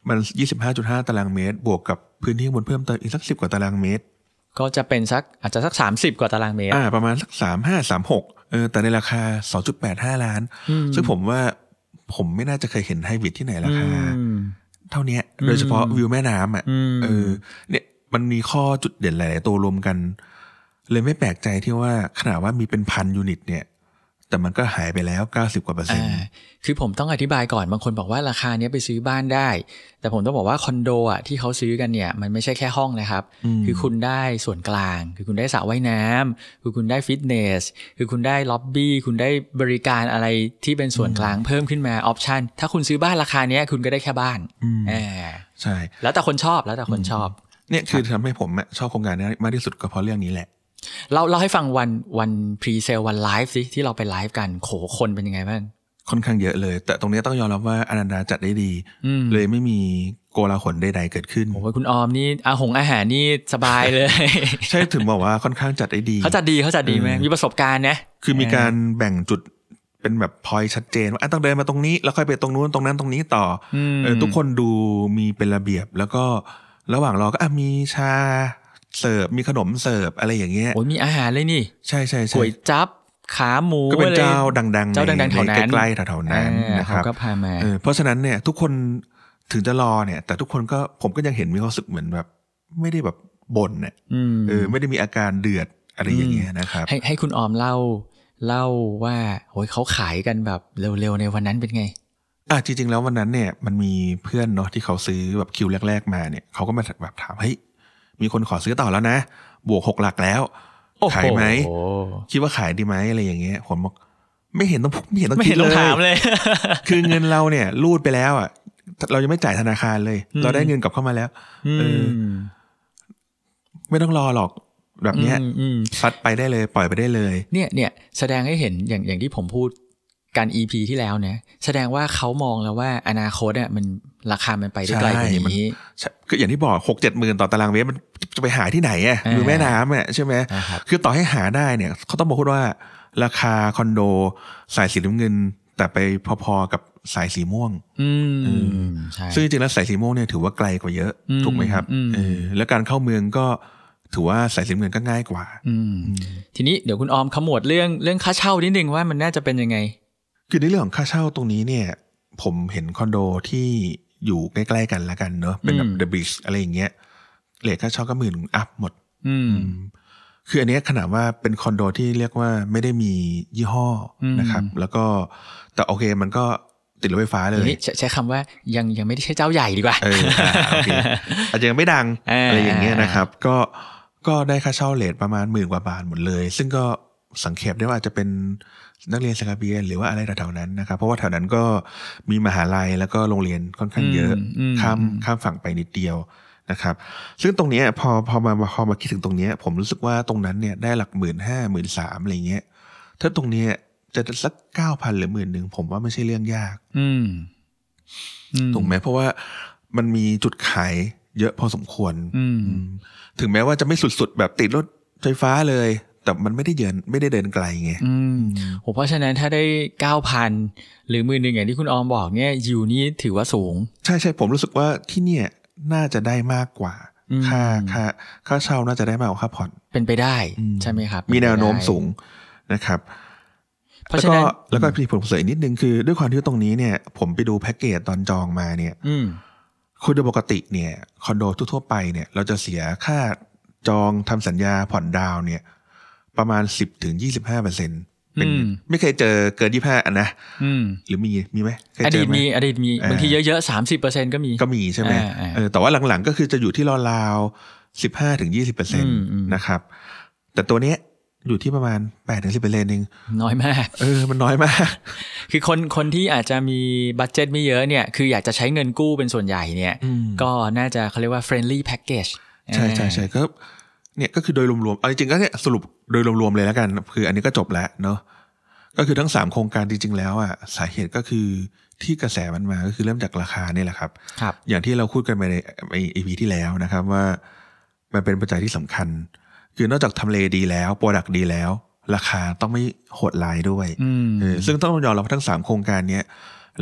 S2: มัน 25.5 ตารางเมตร บวกกับพื้นที่ข้างบนเพิ่มเติมอีกสัก 10 กว่าตารางเมตร
S1: ก็จะเป็นสักอาจจะสัก 30 กว่าตารางเมตร
S2: อ่าประมาณสัก 3 5 3 6เออแต่ในราคา 2.85 ล้าน
S1: อืม
S2: ซึ่งผมว่าผมไม่น่าจะเคยเห็นไฮบริดที่ไหนราคา
S1: อืม
S2: เท่าเนี้ย
S1: อืม
S2: โดยเฉพาะวิวแม่น้ำอ่ะ
S1: อืม
S2: เออเนี่ยมันมีข้อจุดเด่นหลาย ๆ ตัวรวมกัน เลยไม่แปลกใจที่ว่าขนาดว่ามีเป็นพันยูนิตเนี่ย แต่มันก็หายไปแล้ว 90กว่าเปอร์เซ็นต์
S1: อ่าคือผมต้องอธิบายก่อนบางคนบอกว่าราคาเนี้ยไปซื้อบ้านได้ แต่ผมต้องบอกว่าคอนโดอ่ะที่เขาซื้อกันเนี่ยมันไม่ใช่แค่ห้องนะครับ
S2: ม
S1: คือคุณได้ส่วนกลาง คือคุณได้สระว่ายน้ำคือคุณได้ฟิตเนส คือคุณได้ล็อบบี้ คุณได้บริการอะไรที่เป็นส่วนกลางเพิ่มขึ้นมาออปชันถ้าคุณซื้อบ้านราคาเนี้ยคุณก็ได้แค่บ้าน
S2: อืม
S1: เออ
S2: ใช่
S1: แล้วแต่คนชอบแล้วแต่คนชอบ
S2: เนี่ยคือทำให้ผมอะชอบโครงการนี้มากที่สุดก็เพราะเรื่องนี้แหละ
S1: เราเราให้ฟังวันวันพรีเซลวันไลฟ์สิที่เราไปไลฟ์กันโขคนเป็นยังไงบ้าง
S2: ค่อนข้างเยอะเลย แต่ตรงเนี้ยต้องยอมรับว่าอนันดาจัดได้ดี
S1: อืม
S2: เลยไม่มีโกลาหลใดๆเกิดขึ้น
S1: โอ้ยคุณออมนี่อาหงอาหารนี่สบายเลย
S2: ใช่ถึงบอกว่าค่อนข้างจัดได้ดี
S1: เขาจัดดีเขาจัดดีไหม
S2: เออ
S1: มีประสบการณ์นะ
S2: คือมีการแบ่งจุดเป็นแบบพอยชัดเจนว่าอ่ะต้องเดินมาตรงนี้ แล้วค่อยไปตรงนู้นตรงนั้นตรงนี้ต่อ
S1: อื
S2: อ
S1: ม
S2: เออทุกคนดูมีเป็นระเบียบ แล้วก็ระหว่างรอก็อ่ะมีชาเสิร์ฟมีขนมเสิร์ฟอะไรอย่างเงี้ย
S1: โอ้ยมีอาหารเลยนี่
S2: ใช่ใช่ใช่
S1: ก๋วยจับขาหมู
S2: ก็เป็นเจ้า
S1: อะไร
S2: ดังๆ
S1: เจ้าดังๆ
S2: ใน
S1: แถวนั้น
S2: ใกล้ๆแถวๆนั้น
S1: อ่า
S2: นะค
S1: เขา
S2: รับ
S1: ก็พามา
S2: เออเพราะฉะนั้นเนี่ยทุกคนถึงจะรอเนี่ย แต่ทุกคนก็ผมก็ยังเห็นมีความรู้สึกเหมือนแบบ ไม่ได้แบบบ่นเนี่ย
S1: ม
S2: เออไม่ได้มีอาการเดือดอะไรอย่างเงี้ยนะครับ
S1: ให้ให้คุณออมเล่า เล่าว่าโอ้ยเขาขายกันแบบเร็วๆในวันนั้นเป็นไง
S2: อ่ะจริงๆแล้ววันนั้นเนี่ยมันมีเพื่อนเนาะที่เขาซื้อแบบคิวแรก ๆ มาเนี่ยเขาก็มาแบบถามเฮ้ยมีคนขอซื้อต่อแล้วนะ บวกหกหลักแล้ว
S1: โอ้โห
S2: ขายไหม
S1: โอ้โห
S2: คิดว่าขายดีไหมอะไรอย่างเงี้ยผมบอกไม่เห็นต้องไม่เห็นต้อง
S1: ไม่
S2: คิ
S1: เห็
S2: ด
S1: นลงถาม
S2: เลย
S1: เลย
S2: คือเงินเราเนี่ยรูดไปแล้วอ่ะเรายังไม่จ่ายธนาคารเลย เราได้เงินกลับเข้ามาแล้ว เออ
S1: ม
S2: ไม่ต้องรอหรอกแบบเนี้ย
S1: อืมอืม
S2: ซัดไปได้เลยปล่อยไปได้เลย
S1: เนี่ยเนี่ยแสดงให้เห็นอย่างอย่างที่ผมพูดการ EP ที่แล้วเนี่ยแสดงว่าเขามองแล้วว่าอนาคตเนี่ยมันราคามันไปได้ไกลกว่า
S2: ใช่มัน
S1: นี้
S2: ใช่คืออย่างที่บอกหกเจ็ดหมื่นต่อตารางเมตรมันจะไปหาที่ไหนอ่ะ
S1: อ่า
S2: อยู่แม่น้ำอ่ะใช่ไหม
S1: นะครับ
S2: คือต่อให้หาได้เนี่ยเขาต้องบอกพูดว่า ราคาคอนโดสายสีน้ำเงิน แต่ไปพอๆกับสายสีม่วง
S1: อื
S2: อื
S1: มใช่
S2: ซึ่งจริงๆแล้วสายสีม่วงเนี่ยถือว่าไกลกว่าเยอะ
S1: อืม
S2: ถูกไหมครับ
S1: อืม
S2: เออแล้วการเข้าเมืองก็ถือว่าสายสีน้ำเงินก็ง่ายกว่า
S1: อืม
S2: อืม
S1: ทีนี้เดี๋ยวคุณออมขมวดเรื่องเรื่องค่าเช่านิดนึงว่ามันน่าจะเป็นยังไง
S2: คือในเรื่องของค่าเช่าตรงนี้เนี่ย ผมเห็นคอนโดที่อยู่ใกล้ๆกันละกันเนอะเป็นแบ
S1: อื
S2: บ
S1: ม
S2: เดอะบีชอะไรอย่างเงี้ยเลทค่าเช่าก็หมื่นอัพหมด
S1: อืม
S2: คืออันเนี้ยขนาดว่าเป็นคอนโดที่เรียกว่าไม่ได้มียี่ห้ออ
S1: ม
S2: นะครับ แล้วก็แต่โอเคมันก็ติดรถไฟฟ้าเล
S1: ที
S2: ย
S1: นี้ใช้ใช้คำว่ายังยังไม่ได้ใช่เจ้าใหญ่ดีกว่า
S2: เอออ่ะโอเคอาจจะยังไม่ดัง
S1: เอออ
S2: อะไรอย่างเงี้ยนะครับ ก็ก็ได้ค่าเช่าเลทประมาณหมื่นกว่าบาทหมดเลย ซึ่งก็สังเกตได้ว่าอาจจะเป็นนักเรียนสกาเบียนหรือว่าอะไรแถวๆนั้นนะครับ เพราะว่าแถวนั้นก็มีมหาลัยแล้วก็โรงเรียนค่อนข้างเยอะ
S1: อืมอืม
S2: ข้ามข้ามฝั่งไปนิดเดียวนะครับ ซึ่งตรงเนี้ยพอพอมาพอมาคิดถึงตรงเนี้ย ผมรู้สึกว่าตรงนั้นเนี่ยได้หลักหมื่นห้าหมื่นสามอะไรเงี้ยถ้าตรงเนี้ยจะสักเก้าพันหรือหมื่นหนึ่งผมว่าไม่ใช่เรื่องยาก
S1: อืมอื
S2: ถูกไหมเพราะว่ามันมีจุดขายเยอะพอสมควร
S1: อืม
S2: อืมถึงแม้ว่าจะไม่สุดๆ แบบติดรถไฟฟ้าเลย แต่มันไม่ได้เดินไม่ได้เดินไกลไง
S1: อืมโหเพราะฉะนั้นถ้าได้เก้าพันหรือหมื่นหนึ่งอย่างที่คุณออมบอกเนี่ยยูนี่ถือว่าสูง
S2: ใช่ใช่ผมรู้สึกว่าที่เนี่ยน่าจะได้มากกว่า
S1: อืม
S2: ค่าค่าค่าเช่าน่าจะได้มากกว่าค่าผ่อน
S1: เป็นไปได้
S2: อืม
S1: ใช่ไหมครับ
S2: มีแนวโน้ม
S1: เป็ไปได้
S2: สูงนะครับ
S1: เพราะ
S2: แล้ว
S1: ฉะ
S2: ก็
S1: นั้น
S2: แล้วก็พี่ผมเสริมอีกนิดนึงคือ ด้วยความที่ตรงนี้เนี่ย ผมไปดูแพ็กเกจตอนจองมาเนี่ย
S1: อืม
S2: คือโดยปกติเนี่ยคอนโดทั่วๆไปเนี่ยเราจะเสียค่าจองทำสัญญาผ่อนดาวน์เนี่ยประมาณ 10ถึง25เปอร์เซ็นต์เป็น
S1: อืม
S2: ไม่เคยเจอเกิน 25อันนะ
S1: อืม
S2: หรือมีมีไหมเคย
S1: อ
S2: เจ
S1: ดี
S2: อ
S1: ต
S2: ไหม
S1: มีอดีตมี
S2: เออ
S1: บางทีเยอะๆสามสิบเปอร์เซ็นก็มี
S2: ก็มีใช่ไหม
S1: อ่าอ่า
S2: เออแต่ว่าหลังๆก็คือจะอยู่ที่ราวๆ15ถึง20เปอร์เซ็นต์
S1: มอืม
S2: นะครับ แต่ตัวเนี้ยอยู่ที่ประมาณ8ถึง10เปอร์เซ็นต์เอง
S1: น้อยมาก
S2: เออมันน้อยมาก
S1: คือคนคนที่อาจจะมีบัตเจ็ตไม่เยอะเนี่ย คืออยากจะใช้เงินกู้เป็นส่วนใหญ่เนี่ย
S2: อืม
S1: ก็น่าจะเขาเรียกว่า friendly package
S2: ใช่ใช่ใช่ก็เนี่ยก็คือโดยรวมๆเอาจริงๆก็เนี่ยสรุปโดยรวมๆเลยแล้วกัน คืออันนี้ก็จบแล้วเนาะก็คือทั้งสามโครงการจริง ๆ แล้วอ่ะสาเหตุก็คือที่กระแสมันมาก็คือเริ่มจากราคาเนี่ยแหละครับ
S1: ครับ
S2: อย่างที่เราพูดกันไปในในอีพีที่แล้วนะครับว่ามันเป็นปัจจัยที่สำคัญ คือนอกจากทำเลดีแล้วโปรดักดีแล้ว ราคาต้องไม่โหดร้ายด้วย
S1: อืม
S2: เออซึ่งต้องยอมรับว่าทั้งสามโครงการเนี้ย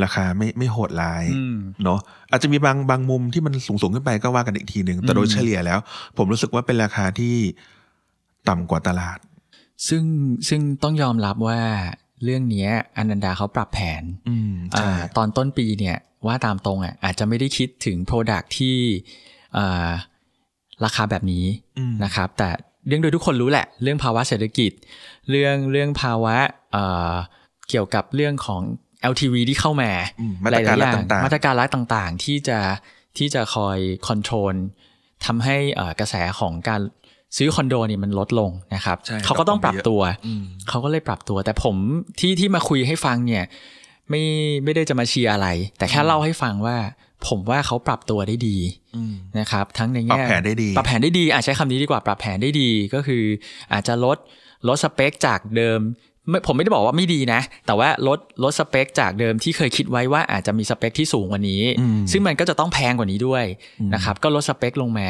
S2: ราคาไม่ไม่โหดร้าย
S1: อืม
S2: เนาะอาจจะมีบางบางมุมที่มันสูงสูงขึ้นไปก็ว่ากันอีกทีหนึ่งแต่โดย
S1: อืม
S2: เฉลี่ยแล้ว ผมรู้สึกว่าเป็นราคาที่ต่ำกว่าตลาด
S1: ซึ่งซึ่งต้องยอมรับว่าเรื่องเนี้ยอนันดาเขาปรับแผน
S2: อืมใช่
S1: อาตอนต้นปีเนี่ยว่าตามตรงอ่ะอาจจะไม่ได้คิดถึง Product ที่อ่าราคาแบบนี้
S2: อืม
S1: นะครับแต่เรื่องโดยทุกคนรู้แหละ เรื่องภาวะเศรษฐกิจ เรื่องเรื่องภาวะ เอ่อเกี่ยวกับเรื่องของ LTV ที่เข้ามา
S2: อืมมาตรการ
S1: หลยๆอย่
S2: รัฐต่างๆ
S1: มาตรการรัฐต่างๆ ที่จะที่จะคอยคอนโทรลทำให้เอ่อกระแสของการซื้อคอนโดเนี่ยมันลดลงนะครับ
S2: ใช่
S1: เขาก็ต้องปรับ
S2: ลดลงเยอะ
S1: ตัว
S2: อืม
S1: เขาก็เลยปรับตัว แต่ผมที่ที่มาคุยให้ฟังเนี่ย ไม่ไม่ได้จะมาเชียร์อะไร แต่แค่เล่าให้ฟังว่า ผมว่าเขาปรับตัวได้ดี
S2: อืม
S1: นะครับ ทั้งใน
S2: ปรับ
S1: แง่
S2: แผนได้ดี
S1: ปรับแผนได้ดีอาจใช้คำนี้ดีกว่าปรับแผนได้ดีก็คือ อาจจะลดลดสเปคจากเดิมไม่ผมไม่ได้บอกว่าไม่ดีนะ แต่ว่าลดลดสเปคจากเดิมที่เคยคิดไว้ว่าอาจจะมีสเปคที่สูงกว่านี้
S2: อืม
S1: ซึ่งมันก็จะต้องแพงกว่านี้ด้วยนะครับก็ลดสเปคลงมา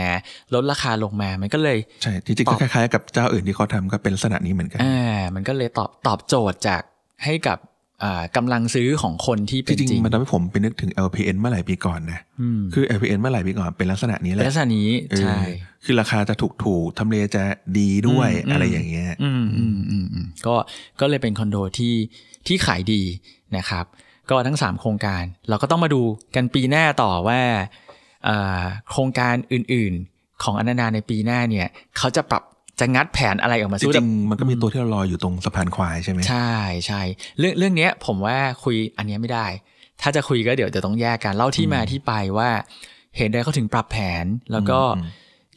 S1: ลดราคาลงมามันก็เลย
S2: ใช่จริงๆก็คล้ายๆกับเจ้าอื่นที่เขาทำก็เป็นลักษณะนี้เหมือนกัน
S1: อ่ามันก็เลยตอบตอบโจทย์จากให้กับอ่ากำลังซื้อของคนที่
S2: จ
S1: เป็นจ
S2: ริง
S1: ริง
S2: ๆมันทำให้ผมไปนึกถึง LPN เมื่อหลายปีก่อนนะ
S1: อืม
S2: คือ LPN เมื่อหลายปีก่อนเป็นลักษณะนี้แหละ
S1: ลักษณะนี้
S2: เออ
S1: ใช่
S2: คือราคาจะถูกถูกๆทำเลจะดีด้วย
S1: อืม
S2: อะไรอย่างเงี้ย
S1: อืมอืมอืมอืมก็ก็เลยเป็นคอนโดที่ที่ขายดีนะครับ ก็ทั้ง 3 โครงการ เราก็ต้องมาดูกันปีหน้าต่อว่าอ่าโครงการอื่นๆของอนันนาในปีหน้าเนี่ยเขาจะปรับจะงัดแผนอะไรออกมา
S2: จ
S1: สู้
S2: ริ
S1: กับ
S2: งๆมันก็มีตัวที่เรารออยู่ตรงสะพานควายใช่ไหม
S1: ใช่ใช่เรื่องเรื่องเนี้ยผมว่าคุยอันเนี้ยไม่ได้ ถ้าจะคุยก็เดี๋ยวจะต้องแยกกันเล่าที่มาที่ไปว่า เหตุใดเขาถึงปรับแผน แล้วก็
S2: อืม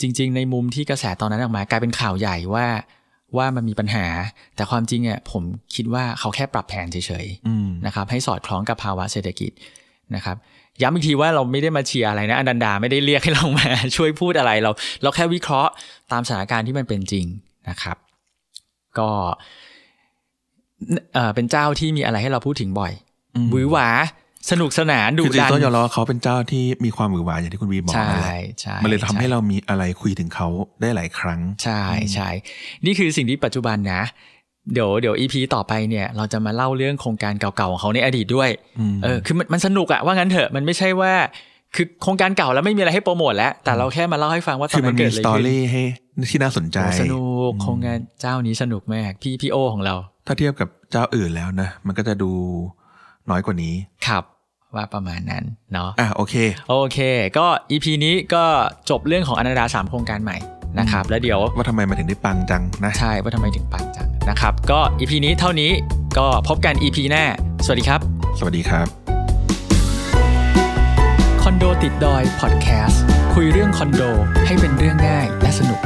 S1: จริง ๆ ในมุมที่กระแสตอนนั้นออกมากลายเป็นข่าวใหญ่ว่าว่ามันมีปัญหา แต่ความจริงอ่ะผมคิดว่าเขาแค่ปรับแผนเฉย
S2: อืม
S1: ๆนะครับ ให้สอดคล้องกับภาวะเศรษฐกิจนะครับ ย้ำอีกทีว่าเราไม่ได้มาเชียร์อะไรนะอนันดาไม่ได้เรียกให้เรามา ช่วยพูดอะไรเรา เราแค่วิเคราะห์ตามสถานการณ์ที่มันเป็นจริงนะครับ ก็เอ่อเป็นเจ้าที่มีอะไรให้เราพูดถึงบ่อย
S2: อืม
S1: หวือหวาสนุกสนานดุ
S2: คือจริ
S1: ดั
S2: ง
S1: น
S2: ๆต้องยอมรับว่าเขาเป็นเจ้าที่มีความหวือหวาอย่างที่คุณวีบอก
S1: ใช่
S2: นั่นแหละ
S1: ใช่
S2: มันเลยทำให้
S1: ช่
S2: เรามีอะไรคุยถึงเขาได้หลายครั้ง
S1: ใช่ใช่นี่คือสิ่งที่ปัจจุบันนะ เดี๋ยวเดี๋ยวอีพีต่อไปเนี่ย เราจะมาเล่าเรื่องโครงการเก่าๆของเขาในอดีตด้วย
S2: อืม
S1: เออคือมันมันสนุกอะว่างั้นเถอะมันไม่ใช่ว่า คือโครงการเก่าแล้วไม่มีอะไรให้โปรโมทแล้วแต่เราแค่มาเล่าให้ฟังว่าตอ
S2: คือน มั
S1: นั้น น
S2: มี
S1: เกิดอะ
S2: ส
S1: ไร
S2: ตอ
S1: ขึ้น
S2: รี่ให้ที่น่าสนใจ
S1: โอ้สนุกโครงงานเจ้านี้สนุกมากพี่พี่โอของเรา
S2: ถ้าเทียบกับเจ้าอื่นแล้วนะ มันก็จะดูน้อยกว่านี้
S1: ครับว่าประมาณนั้นเนาะ
S2: อ่ะโอเค
S1: โอเค ก็ EP นี้ก็จบเรื่องของอนันดา 3 โครงการใหม่นะครับ แล้วเดี๋ยว
S2: ว่าทำไมมันถึงได้ปังจังนะ
S1: ใช่ว่าทำไมถึงปังจังนะครับ ก็ EP นี้เท่านี้ก็พบกัน EP หน้า สวัสดีครับ
S2: สวัสดีครับ
S1: คอนโดติดดอยพอดแคสต์คุยเรื่องคอนโดให้เป็นเรื่องง่ายและสนุก